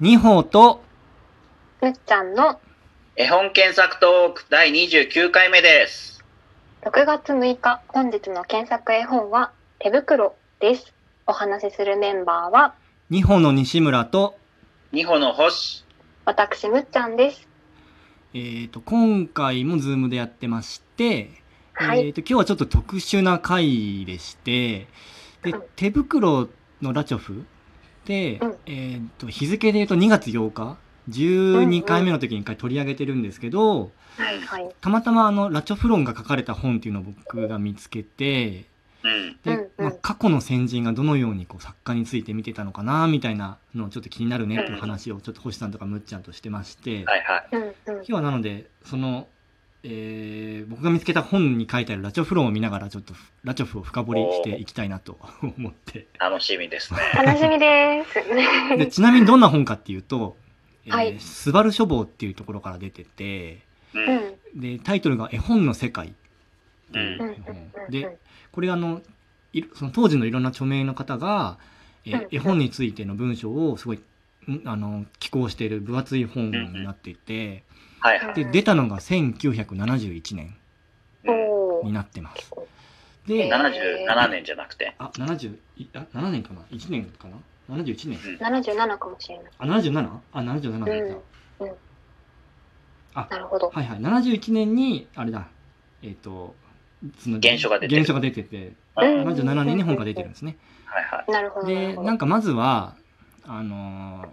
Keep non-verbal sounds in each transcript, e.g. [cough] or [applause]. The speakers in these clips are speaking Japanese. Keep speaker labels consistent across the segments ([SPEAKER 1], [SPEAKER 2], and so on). [SPEAKER 1] 二歩と、
[SPEAKER 2] むっちゃんの
[SPEAKER 3] 絵本検索トーク第29回目です。
[SPEAKER 2] 6月6日本日の検索絵本は手袋です。お話しするメンバーは
[SPEAKER 1] 二歩の西村と、
[SPEAKER 3] 二歩の星。
[SPEAKER 2] 私むっちゃんです。
[SPEAKER 1] えっ、と、今回もズームでやってまして、
[SPEAKER 2] はい
[SPEAKER 1] えっ、と、今日はちょっと特殊な回でして、で
[SPEAKER 2] うん、
[SPEAKER 1] 手袋のラチョフで、
[SPEAKER 2] うん
[SPEAKER 1] えっ、と、日付で言うと2月8日、12回目の時に一回取り上げてるんですけど、
[SPEAKER 2] はいはい。
[SPEAKER 1] たまたまあの、ラチョフ論が書かれた本っていうのを僕が見つけて、
[SPEAKER 3] うん。
[SPEAKER 1] で、
[SPEAKER 2] うんうん
[SPEAKER 1] まあ、過去の先人がどのようにこう作家について見てたのかなみたいなのをちょっと気になるねっていう話をちょっと星さんとかむっちゃんとしてまして、
[SPEAKER 3] はいはい。
[SPEAKER 2] うんうん
[SPEAKER 1] 今。日はなのでその、えー僕が見つけた本に書いてあるラチョフ論を見ながらちょっとラチョフを深掘りしていきたいなと [laughs] 思って
[SPEAKER 3] 楽しみですね。
[SPEAKER 2] 楽しみで
[SPEAKER 1] [laughs]
[SPEAKER 2] す。
[SPEAKER 1] でちなみにどんな本かっていうと「えー
[SPEAKER 2] はい
[SPEAKER 1] スバル書房」っていうところから出てて
[SPEAKER 3] う。
[SPEAKER 2] うんん
[SPEAKER 1] でタイトルが「絵本の世界」っていう
[SPEAKER 2] うんうん
[SPEAKER 1] 絵本
[SPEAKER 2] うん。
[SPEAKER 1] でこれあのいその当時のいろんな著名の方が、えー
[SPEAKER 2] うん
[SPEAKER 1] 絵本についての文章をすごいんあの寄稿している分厚い本になっていて、
[SPEAKER 3] はいはい。
[SPEAKER 1] で出たのが1971年
[SPEAKER 2] おお
[SPEAKER 3] うん
[SPEAKER 1] に。なってます。
[SPEAKER 2] うん
[SPEAKER 1] で、
[SPEAKER 3] 77年じゃなくて。
[SPEAKER 1] あ、70いあ7年かな ?1 年かな ?71 年
[SPEAKER 2] 七十七かもしれない。
[SPEAKER 1] あ、77? あ、77年だ。
[SPEAKER 2] うんうん
[SPEAKER 1] あ、
[SPEAKER 2] なるほど。
[SPEAKER 1] はいはい。71年に、あれだ、えっ、と、その
[SPEAKER 3] 原書が出てる
[SPEAKER 1] 原書が出てて、
[SPEAKER 2] うん
[SPEAKER 1] 77年に本が出てるんですね。
[SPEAKER 3] はいは
[SPEAKER 2] なるほど。
[SPEAKER 1] でなん
[SPEAKER 2] か。
[SPEAKER 1] かまずはあのー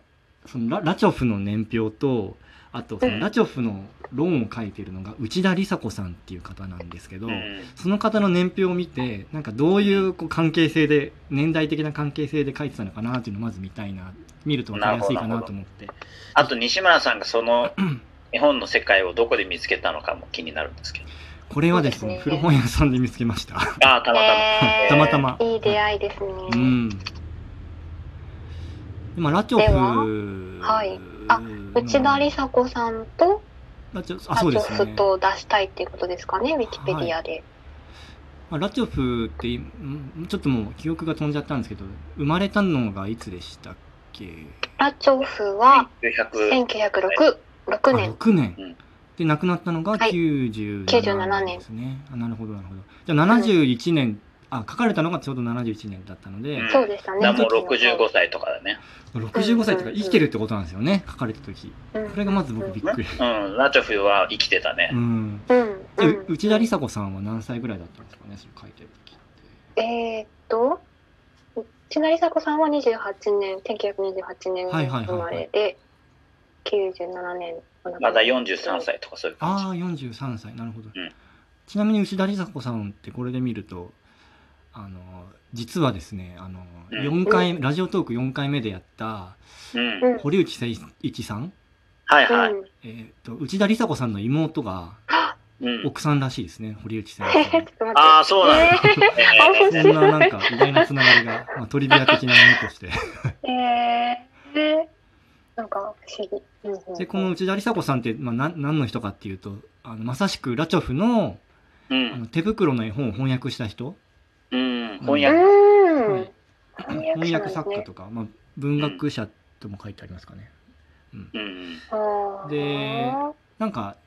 [SPEAKER 1] そのララチョフの年表とあとそのラチョフの論を書いてるのが内田理沙子さんっていう方なんですけど、
[SPEAKER 3] い。うん。
[SPEAKER 1] その方の年表を見てなんかどういうこう関係性で年代的な関係性で書いてたのかなっていうのをまず見たいな見ると分かりやすいかなと思って
[SPEAKER 3] あと西村さんがその絵本の世界をどこで見つけたのかも気になるんですけど。
[SPEAKER 1] これはですね
[SPEAKER 2] そう
[SPEAKER 1] 古
[SPEAKER 2] ですね
[SPEAKER 1] 本屋さんで見つけました、
[SPEAKER 3] ああ、たまたま。
[SPEAKER 2] えー
[SPEAKER 1] たまたま。
[SPEAKER 2] いい出会いですね。
[SPEAKER 1] うんでまあ、ラチョフ
[SPEAKER 2] でははいあ
[SPEAKER 1] の
[SPEAKER 2] 内田理沙子さんと
[SPEAKER 1] ラチョあ
[SPEAKER 2] ラチ
[SPEAKER 1] そうで
[SPEAKER 2] ョ
[SPEAKER 1] すね
[SPEAKER 2] フと出したいっていうことですかね、ウィキペディアで。
[SPEAKER 1] まあ、ラチョフっていんちょっともう記憶が飛んじゃったんですけど生まれたのがいつでしたっけ
[SPEAKER 2] ラチョフは
[SPEAKER 3] 900。
[SPEAKER 2] 1906
[SPEAKER 1] あ
[SPEAKER 2] 年。
[SPEAKER 1] 6年、
[SPEAKER 3] うん
[SPEAKER 1] で亡くなったのが
[SPEAKER 2] はい
[SPEAKER 1] 97年ですね、あなるほどなるほどじゃあ71年、あ書かれたのがちょうど71年だったので
[SPEAKER 3] うん、
[SPEAKER 2] そうでしたね。
[SPEAKER 3] だからもう65歳とかだね。
[SPEAKER 1] 65歳と
[SPEAKER 2] うんうん
[SPEAKER 1] か
[SPEAKER 2] うん
[SPEAKER 1] 生きてるってことなんですよね書かれた時
[SPEAKER 2] うん
[SPEAKER 1] これがまず僕びっくり
[SPEAKER 3] うん。ラチョフは生きてた
[SPEAKER 1] う
[SPEAKER 3] ね。
[SPEAKER 1] ん
[SPEAKER 2] うん。
[SPEAKER 1] で
[SPEAKER 2] うん
[SPEAKER 1] 内田理沙子さんは何歳ぐらいだったんですかねそれ書いてる時って
[SPEAKER 2] えーっと、千成さ子さんは28年、1928年
[SPEAKER 1] はいはいはいはい
[SPEAKER 2] 生まれで、97年お亡くなり
[SPEAKER 3] まだ43歳とかそういう感じ
[SPEAKER 1] あ。あ43歳なるほど、
[SPEAKER 3] うん
[SPEAKER 1] ちなみに牛田理沙子さんってこれで見るとあの実はですねあの
[SPEAKER 3] うん
[SPEAKER 1] 4回、ラジオトーク4回目でやった
[SPEAKER 3] うん
[SPEAKER 2] う。ん。
[SPEAKER 1] 堀内誠一さん、
[SPEAKER 3] はいはい。
[SPEAKER 2] うん [laughs]
[SPEAKER 1] えー、と内田理沙子さんの妹が
[SPEAKER 3] うん。
[SPEAKER 1] 奥さんらしいですね堀内
[SPEAKER 2] え
[SPEAKER 1] さん
[SPEAKER 2] ー、
[SPEAKER 3] [laughs]
[SPEAKER 2] ちょっと待
[SPEAKER 3] あ
[SPEAKER 2] っ
[SPEAKER 3] あ、そうなんだ。
[SPEAKER 2] て。
[SPEAKER 1] そ
[SPEAKER 2] 面白
[SPEAKER 1] んななんか意外なつながりが、まあ、トリビア的なものとして
[SPEAKER 2] えー、えー、なんか不思議。うんうんうん
[SPEAKER 1] でこの内田理沙子さんって、まあ、なん何の人かっていうとあのまさしくラチョフのあ
[SPEAKER 3] うん
[SPEAKER 1] の手袋の絵本を翻訳した人、
[SPEAKER 3] うん。翻
[SPEAKER 1] や
[SPEAKER 3] 訳。
[SPEAKER 2] う
[SPEAKER 1] はい
[SPEAKER 2] ん。
[SPEAKER 1] 翻訳作家
[SPEAKER 2] か。
[SPEAKER 1] とか、まあ、文学者とも書いてありますかね。
[SPEAKER 3] うん。
[SPEAKER 2] あー
[SPEAKER 1] でなんか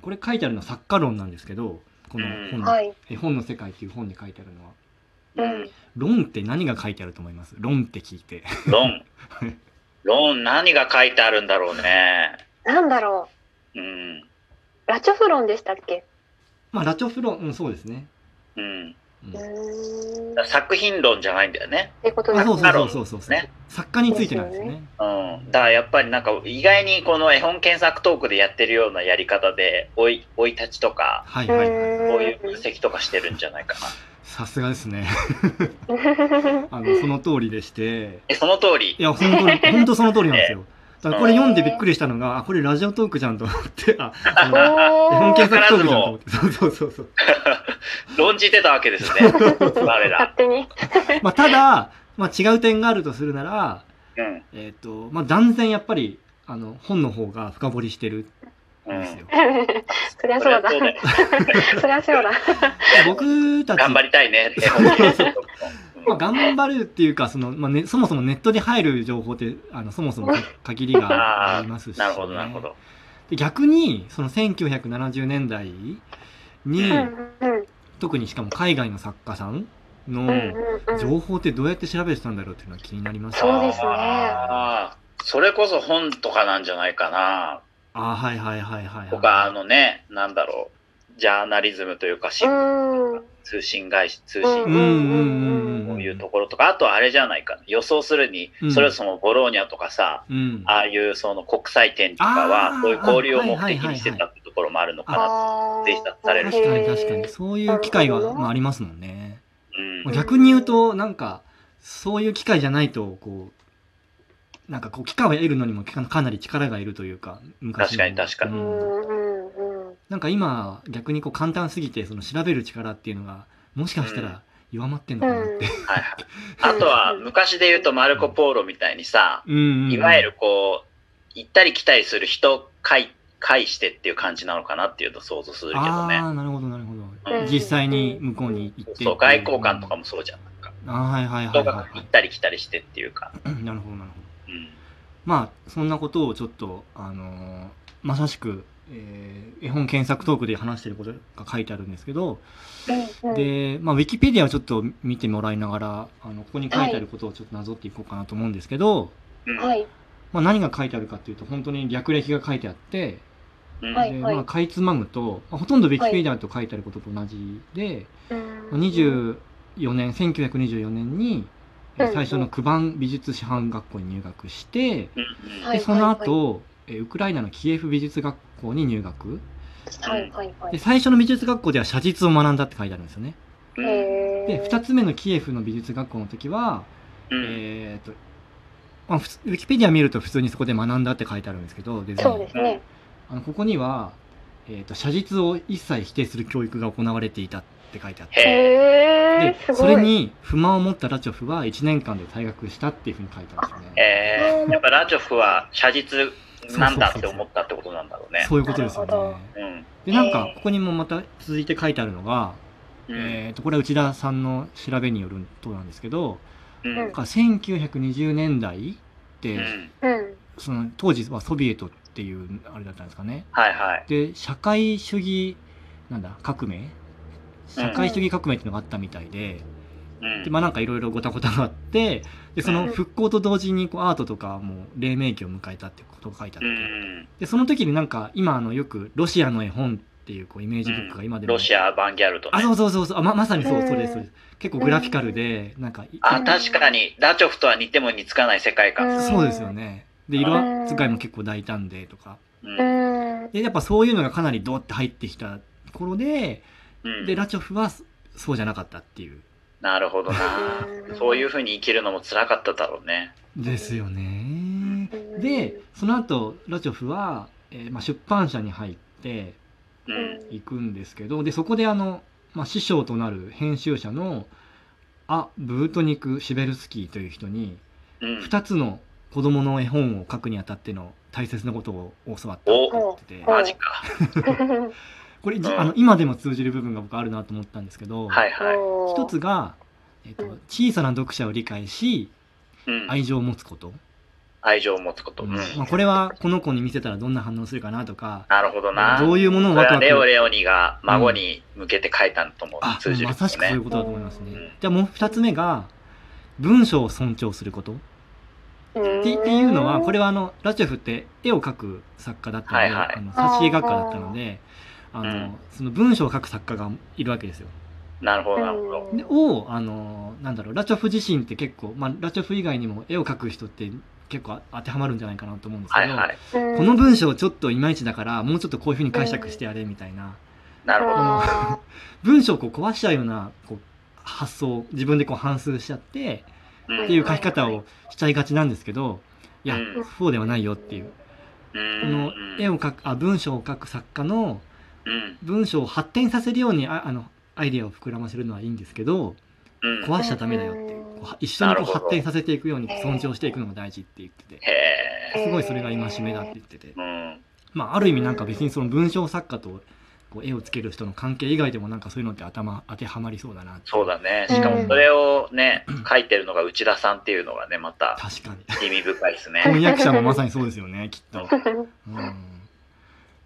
[SPEAKER 1] これ書いてあるのは作家論なんですけどこの
[SPEAKER 3] うん
[SPEAKER 1] 本,、
[SPEAKER 2] はい。
[SPEAKER 1] 絵本の世界っていう本に書いてあるのは
[SPEAKER 3] うん。
[SPEAKER 1] 論って何が書いてあると思います論って聞いて [laughs]
[SPEAKER 3] 論。 [laughs] 論、何が書いてあるんだろうね。
[SPEAKER 2] なんだろ
[SPEAKER 3] うん。
[SPEAKER 2] う。ラチョフロンでしたっけ
[SPEAKER 1] まあラチョフ論、うん、そうですね、
[SPEAKER 3] うん。
[SPEAKER 1] うん
[SPEAKER 2] うーん。っ
[SPEAKER 3] 作品論じゃないんだよね。
[SPEAKER 2] てことで
[SPEAKER 1] あ
[SPEAKER 2] すね
[SPEAKER 1] そうそうそうそうそうそう、
[SPEAKER 3] ね
[SPEAKER 1] 作家についてなんですよね
[SPEAKER 2] で
[SPEAKER 3] うん。だからやっぱりなんか意外にこの絵本検索トークでやってるようなやり方で、生い、生い立ちとか、
[SPEAKER 1] はいはいはい、
[SPEAKER 2] うん
[SPEAKER 3] こういう分析とかしてるんじゃないかな。
[SPEAKER 1] さすがですね [laughs] あのその通りでして
[SPEAKER 3] え、その通り
[SPEAKER 1] い。や本当に
[SPEAKER 2] [laughs]
[SPEAKER 1] 本当その通りなんですよだからこれ読んでびっくりしたのがあこれラジオトークじゃんと思ってああの
[SPEAKER 2] [laughs] お
[SPEAKER 1] 絵本
[SPEAKER 2] ー
[SPEAKER 1] 検索トークじゃんと
[SPEAKER 2] [laughs]
[SPEAKER 1] 思ってそうそうそうそう
[SPEAKER 3] 論じてたわけ [laughs] ですね。我
[SPEAKER 2] 勝
[SPEAKER 3] ら。
[SPEAKER 2] 手に。
[SPEAKER 1] まあ、ただ、まあ、違う点があるとするなら、
[SPEAKER 3] うん。
[SPEAKER 1] えっ、と、まあ、断然やっぱり、あの、本の方が深掘りしてる
[SPEAKER 3] うん
[SPEAKER 1] で
[SPEAKER 3] ん。
[SPEAKER 1] すよ。
[SPEAKER 2] そりゃそうだ。
[SPEAKER 3] そりゃそうだよ
[SPEAKER 2] そりゃそうだ。
[SPEAKER 1] 僕たち、
[SPEAKER 3] 頑張りたいね。絵本検索トークもうん
[SPEAKER 1] まあ、頑張るっていうかその、まあね、そもそもネットで入る情報ってあのそもそ
[SPEAKER 3] [laughs]
[SPEAKER 1] も限りがありますし、
[SPEAKER 3] なるほど、なるほど。
[SPEAKER 1] で逆にその1970年代に、
[SPEAKER 2] うんうん
[SPEAKER 1] 特にしかも海外の作家さん
[SPEAKER 2] うんう
[SPEAKER 1] の
[SPEAKER 2] んうん
[SPEAKER 1] 情報ってどうやって調べてたんだろうっていうのは気になります
[SPEAKER 2] そうですね
[SPEAKER 3] あーそれこそ本とかなんじゃないかな。
[SPEAKER 1] あーはいはいはいはい、はい、
[SPEAKER 3] とか、あのね、なんだろう、ジャーナリズムというか、し
[SPEAKER 2] うん
[SPEAKER 3] 通信会社、通
[SPEAKER 1] う
[SPEAKER 3] 信
[SPEAKER 1] ん
[SPEAKER 3] こ
[SPEAKER 1] うんうんうん
[SPEAKER 3] ういうところとか、あとあれじゃないかな、予想するに
[SPEAKER 1] うん、
[SPEAKER 3] それこそもボローニャとかさ、
[SPEAKER 1] うん
[SPEAKER 3] ああいうその国際展とか
[SPEAKER 1] あー
[SPEAKER 3] は、そういう交流を目的にしてたってところもあるのかな。
[SPEAKER 2] あー
[SPEAKER 3] ぜひ出される
[SPEAKER 1] 確かに確かにそういう機会
[SPEAKER 2] なるほ
[SPEAKER 1] が、
[SPEAKER 2] どね
[SPEAKER 1] まあ、ありますもんね
[SPEAKER 3] うん
[SPEAKER 1] まあ逆に言うとなんかそういう機会じゃないとこうなんかこう機会を得るのにもかかなり力がいるというか昔の
[SPEAKER 3] 確かに確かに
[SPEAKER 1] うん
[SPEAKER 2] うんうんうん
[SPEAKER 1] なんか今逆にこう簡単すぎてその調べる力っていうのがもしかしたら弱まってんのかなって、
[SPEAKER 3] はいはいあとは、昔で言うとマルコ・ポーロみたいにさ、
[SPEAKER 1] うんうんうん
[SPEAKER 3] いわゆるこう、行ったり来たりする人介、介してっていう感じなのかなっていうと想像するけど
[SPEAKER 1] あ
[SPEAKER 3] ね。
[SPEAKER 1] あなるほどなるほど、
[SPEAKER 3] うん
[SPEAKER 1] 実際に向こうに行って
[SPEAKER 3] そう、外交官とかもそうじゃん。なんか
[SPEAKER 1] あーはいはいは
[SPEAKER 3] 人
[SPEAKER 1] い
[SPEAKER 3] が
[SPEAKER 1] は
[SPEAKER 3] 行ったり来たりしてっていうか。
[SPEAKER 1] いはい [coughs] なるほどなるほど
[SPEAKER 3] うん
[SPEAKER 1] まあそんなことをちょっとあのーまさしく、えー絵本検索トークで話してることが書いてあるんですけど、
[SPEAKER 2] うんうん
[SPEAKER 1] で、まあ、ウィキペディアをちょっと見てもらいながらあのここに書いてあることをちょっとなぞっていこうかなと思うんですけど、
[SPEAKER 3] うん
[SPEAKER 2] はい
[SPEAKER 1] まあ、何が書いてあるかっていうと本当に略歴が書いてあって、
[SPEAKER 3] うん
[SPEAKER 2] はい
[SPEAKER 1] でまあ、かいつまむと、まあ、ほとんどウィキペディアと書いてあることと同じで、
[SPEAKER 2] うん
[SPEAKER 1] 24年1924年にえ
[SPEAKER 2] うん
[SPEAKER 1] ー最初の九番美術師範学校に入学して、
[SPEAKER 3] うん
[SPEAKER 2] は
[SPEAKER 1] で
[SPEAKER 2] い
[SPEAKER 1] その後、えーウクライナのキエフ美術学校に入学
[SPEAKER 2] はいはいは
[SPEAKER 1] で
[SPEAKER 2] い
[SPEAKER 1] 最初の美術学校では写実を学んだって書いてあるんですよね。
[SPEAKER 3] うん
[SPEAKER 2] へ
[SPEAKER 1] で
[SPEAKER 2] ー
[SPEAKER 1] 2つ目のキエフの美術学校の時は、
[SPEAKER 3] うん
[SPEAKER 1] えーとまあ、普通ウィキペディア見ると普通にそこで学んだって書いてあるんですけどデザイン
[SPEAKER 2] そうですね
[SPEAKER 1] あのここには、えー、と写実を一切否定する教育が行われていたって書いてあって。
[SPEAKER 3] へえ。
[SPEAKER 2] へ
[SPEAKER 1] で
[SPEAKER 2] ー、す
[SPEAKER 1] そ
[SPEAKER 2] ごい。
[SPEAKER 1] れに不満を持ったラチョフは1年間で退学したっていうふうに書いてますね。
[SPEAKER 3] えーやっぱラジョフは写実なんだって思ったってことなんだろうね。
[SPEAKER 1] そういうことですよ
[SPEAKER 2] なるほ
[SPEAKER 1] ね。
[SPEAKER 3] うん。
[SPEAKER 1] で、なんか
[SPEAKER 2] え、ー
[SPEAKER 1] ここにもまた続いて書いてあるのが、
[SPEAKER 3] うん
[SPEAKER 1] えっと、これは内田さんの調べによるとなんですけど、
[SPEAKER 3] う
[SPEAKER 2] うん
[SPEAKER 3] ん
[SPEAKER 1] なんか1920年代って
[SPEAKER 3] う、ん
[SPEAKER 2] うん。
[SPEAKER 1] その当時はソビエトっていうあれだったんですかね。
[SPEAKER 3] はいはい。
[SPEAKER 1] で、社会主義、なんだ、革命社会主義革命っていうのがあったみたいで、
[SPEAKER 3] うん
[SPEAKER 1] でまあなんかいろいろごたごたがあってでその復興と同時にこうアートとかも黎明期を迎えたってことが書いてあっ
[SPEAKER 3] う
[SPEAKER 1] て、
[SPEAKER 3] ん
[SPEAKER 1] でその時になんか今あのよくロシアの絵本っていうこうイメージブックが今でも、
[SPEAKER 3] ロシア・バンギャルト
[SPEAKER 1] あ
[SPEAKER 3] ね
[SPEAKER 1] そ。うそうそうそうあままさにそう
[SPEAKER 2] うん
[SPEAKER 1] そうですそうです結構グラフィカルでなんかい
[SPEAKER 3] あ、確かに、ラチョフとは似ても似つかない世界観。
[SPEAKER 1] そうですよねで
[SPEAKER 2] うん
[SPEAKER 1] 色使いも結構大胆でとか
[SPEAKER 3] うん
[SPEAKER 2] う。ん。
[SPEAKER 1] でやっぱそういうのがかなりドーって入ってきた頃で
[SPEAKER 3] うん
[SPEAKER 1] でラチョフはそそうじゃなかったっていう
[SPEAKER 3] なるほどな
[SPEAKER 2] う。ん
[SPEAKER 3] そういうふうに生きるのも辛かっただろうね。
[SPEAKER 1] ですよねでその後ラチョフは、えーまあ、出版社に入って
[SPEAKER 3] う。
[SPEAKER 2] うん
[SPEAKER 1] いくんですけどでそこであの、まあ、師匠となる編集者のア・ブートニク・シベルスキーという人に
[SPEAKER 3] うん。
[SPEAKER 1] 2つの子供の絵本を書くにあたっての大切なことを教わったって言
[SPEAKER 3] お
[SPEAKER 1] ってて
[SPEAKER 2] お
[SPEAKER 3] マジか。
[SPEAKER 2] ん。
[SPEAKER 1] これ、じ
[SPEAKER 3] うん
[SPEAKER 1] あの今でも通じる部分が僕あるなと思ったんですけど、
[SPEAKER 3] はいはい。
[SPEAKER 1] 一
[SPEAKER 2] 一
[SPEAKER 1] つが、えっと
[SPEAKER 2] うん
[SPEAKER 1] 小さな読者を理解し
[SPEAKER 3] うん
[SPEAKER 1] 愛情を持つこと、
[SPEAKER 3] 愛情を持つこと。うん。
[SPEAKER 1] まあ、これはこの子に見せたらどんな反応するかなとか
[SPEAKER 3] なるほどな。
[SPEAKER 1] どういうものを
[SPEAKER 3] それ
[SPEAKER 1] ワク
[SPEAKER 3] は
[SPEAKER 1] ワク
[SPEAKER 3] レオ・レオニが孫に向けて書いたのとも
[SPEAKER 1] あ
[SPEAKER 3] 通じる
[SPEAKER 1] ま
[SPEAKER 3] よ
[SPEAKER 1] さしくそういう
[SPEAKER 3] ね。
[SPEAKER 1] ことだと思いますね。
[SPEAKER 3] うん
[SPEAKER 1] じゃあもう2つ目が文章を尊重すること。
[SPEAKER 2] っ
[SPEAKER 1] ってっていうのはこれはあのラチェフって絵を描く作家だったので、
[SPEAKER 3] はいはい
[SPEAKER 1] あの挿絵学科だったのであの、
[SPEAKER 3] うん
[SPEAKER 1] その文章を書く作家がいるわけですよ。
[SPEAKER 3] なるほど、なるほど。
[SPEAKER 1] でをあのなんだろうラチョフ自身って結構、まあ、ラチョフ以外にも絵を描く人って結構当てはまるんじゃないかなと思うんですけ
[SPEAKER 3] は
[SPEAKER 1] ど、
[SPEAKER 3] いはい。
[SPEAKER 1] この文章ちょっといまいちだからもうちょっとこういうふうに解釈してやれみたいな
[SPEAKER 3] なるほど。
[SPEAKER 2] あ
[SPEAKER 1] 文章をこう壊しちゃうようなこう発想自分でこう反数しちゃって。
[SPEAKER 3] うん
[SPEAKER 1] っていう書き方をしちゃいがちなんですけど、いや、
[SPEAKER 3] うん
[SPEAKER 1] そうではないよっていう。
[SPEAKER 3] うん
[SPEAKER 1] この絵を描く、あ、文章を書く作家の
[SPEAKER 3] うん
[SPEAKER 1] 文章を発展させるようにああのアイデアを膨らませるのはいいんですけど、
[SPEAKER 3] うん
[SPEAKER 1] 壊しちゃダメだよっていう。
[SPEAKER 2] うん
[SPEAKER 1] こうは一緒にこ
[SPEAKER 3] な
[SPEAKER 1] う
[SPEAKER 3] るほど
[SPEAKER 1] 発展させていくように尊重していくのが大事って言ってて、
[SPEAKER 3] へえ。
[SPEAKER 1] すごいそれが戒めだって言ってて
[SPEAKER 3] う。ん。
[SPEAKER 1] まあ、ある意味なんか別にその文章作家とここう絵をつける人の関係以外でもなんかそういうのって頭当てはまりそうだなって
[SPEAKER 3] そうだね。しかもそれをね、書いてるのが内田さんっていうのがね、また
[SPEAKER 1] 確かに [laughs]
[SPEAKER 3] 意味深いですね。
[SPEAKER 1] 翻訳者もまさにそうですよねきっと。
[SPEAKER 2] うん
[SPEAKER 1] うんっ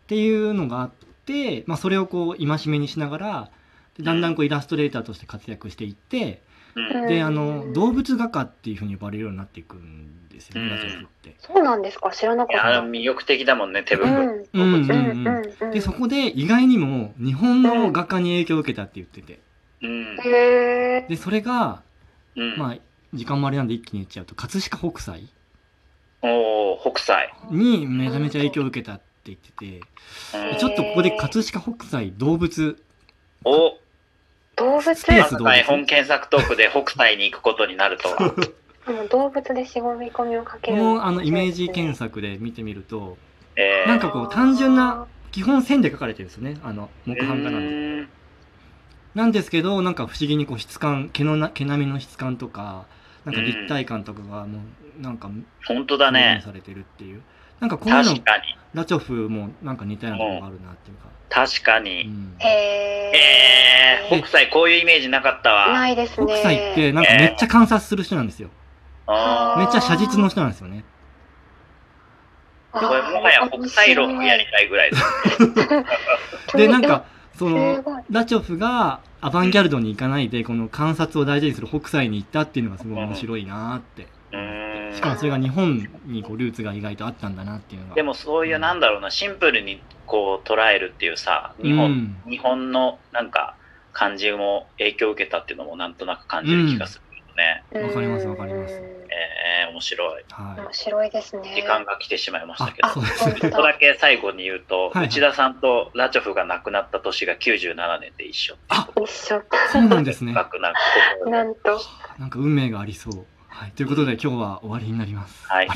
[SPEAKER 1] ていうのがあって、まあ、それをこう戒めにしながらでだんだんこうイラストレーターとして活躍していって
[SPEAKER 3] うん。
[SPEAKER 1] で
[SPEAKER 2] うん
[SPEAKER 1] あの動物画家っていうふうに呼ばれるようになっていくんですよね
[SPEAKER 3] うん
[SPEAKER 1] ラジオフって。
[SPEAKER 2] そうなんですか知らないかっ
[SPEAKER 3] や、あ
[SPEAKER 2] た。
[SPEAKER 3] の魅力的だもんね、手
[SPEAKER 2] うん
[SPEAKER 3] 袋。
[SPEAKER 1] うんうん
[SPEAKER 2] う
[SPEAKER 1] うんう
[SPEAKER 2] んうんんうん。
[SPEAKER 1] でそこで意外にも日本の画家に影響を受けたって言ってて
[SPEAKER 3] うん。
[SPEAKER 2] へえ。
[SPEAKER 1] でそれが、
[SPEAKER 3] うん。
[SPEAKER 1] まあ、時間もあれなんで一気に言っちゃうと葛飾北斎
[SPEAKER 3] おお北斎。
[SPEAKER 1] にめちゃめちゃ影響を受けたって言ってて
[SPEAKER 3] うん
[SPEAKER 1] ちょっとここで葛飾北斎動物
[SPEAKER 3] お
[SPEAKER 2] 動物
[SPEAKER 1] スペース
[SPEAKER 3] まさか絵本検索トークで北斎に行くことになると
[SPEAKER 1] [laughs]
[SPEAKER 3] は。
[SPEAKER 2] もう動物でしごみ込みをかけ
[SPEAKER 1] こ
[SPEAKER 2] る。
[SPEAKER 1] のあのイメージ検索で見てみると
[SPEAKER 3] えー
[SPEAKER 1] なんかこう単純な基本線で書かれてるんですよねあの木版画なんで。
[SPEAKER 3] うん
[SPEAKER 1] なんですけどなんか不思議にこう質感毛のな毛並みの質感とかなんか立体感とかがもうなんか
[SPEAKER 3] 本当だ
[SPEAKER 1] 表現さ
[SPEAKER 3] ね。
[SPEAKER 1] れてるっていうなんかこういうの
[SPEAKER 3] 確かに。
[SPEAKER 1] ラチョフもなんか似たようなとこがあるなっていうか、
[SPEAKER 3] 確か
[SPEAKER 1] う
[SPEAKER 3] に。
[SPEAKER 1] ん
[SPEAKER 2] へ
[SPEAKER 3] えー、北斎こういうイメージなかったわ。
[SPEAKER 2] ないですね。
[SPEAKER 1] 北斎ってなんかめっちゃ観察する人なんですよ
[SPEAKER 3] あ
[SPEAKER 1] めっちゃ写実の人なんですよね
[SPEAKER 3] ーこれもはや北斎論をやりたいぐらいです。
[SPEAKER 1] でなんかそ
[SPEAKER 2] す
[SPEAKER 1] の
[SPEAKER 2] ごい。
[SPEAKER 1] ラチョフがアバンギャルドに行かないでこの観察を大事にする北斎に行ったっていうのがすごい面白いなーって
[SPEAKER 3] うーん
[SPEAKER 1] しかもそれが日本にこうルーツが意外とあったんだなっていうのが
[SPEAKER 3] でもそういうなんだろうな、シンプルにこう捉えるっていうさ、日
[SPEAKER 1] う
[SPEAKER 3] 本、
[SPEAKER 1] ん
[SPEAKER 3] 日本のなんか感じも影響を受けたっていうのもなんとなく感じる気がするよね。
[SPEAKER 1] わかりますわかります
[SPEAKER 2] うん
[SPEAKER 3] えー、面白い。
[SPEAKER 1] は
[SPEAKER 2] 面白いですね。
[SPEAKER 3] 時間が来てしまいましたけ
[SPEAKER 1] あそ
[SPEAKER 3] ど。
[SPEAKER 1] うです
[SPEAKER 2] 本
[SPEAKER 1] ね
[SPEAKER 2] 当
[SPEAKER 3] 一個だけ最後に言う
[SPEAKER 1] は
[SPEAKER 3] と、
[SPEAKER 1] いはい
[SPEAKER 3] 内田さんとラチョフが亡くなった年が97年で一緒っていう
[SPEAKER 2] 一緒。
[SPEAKER 1] いそうなんですね
[SPEAKER 3] 亡くなっ
[SPEAKER 2] なんと。
[SPEAKER 1] なんか運命がありそう、はい、ということで今日は終わりになります
[SPEAKER 3] はい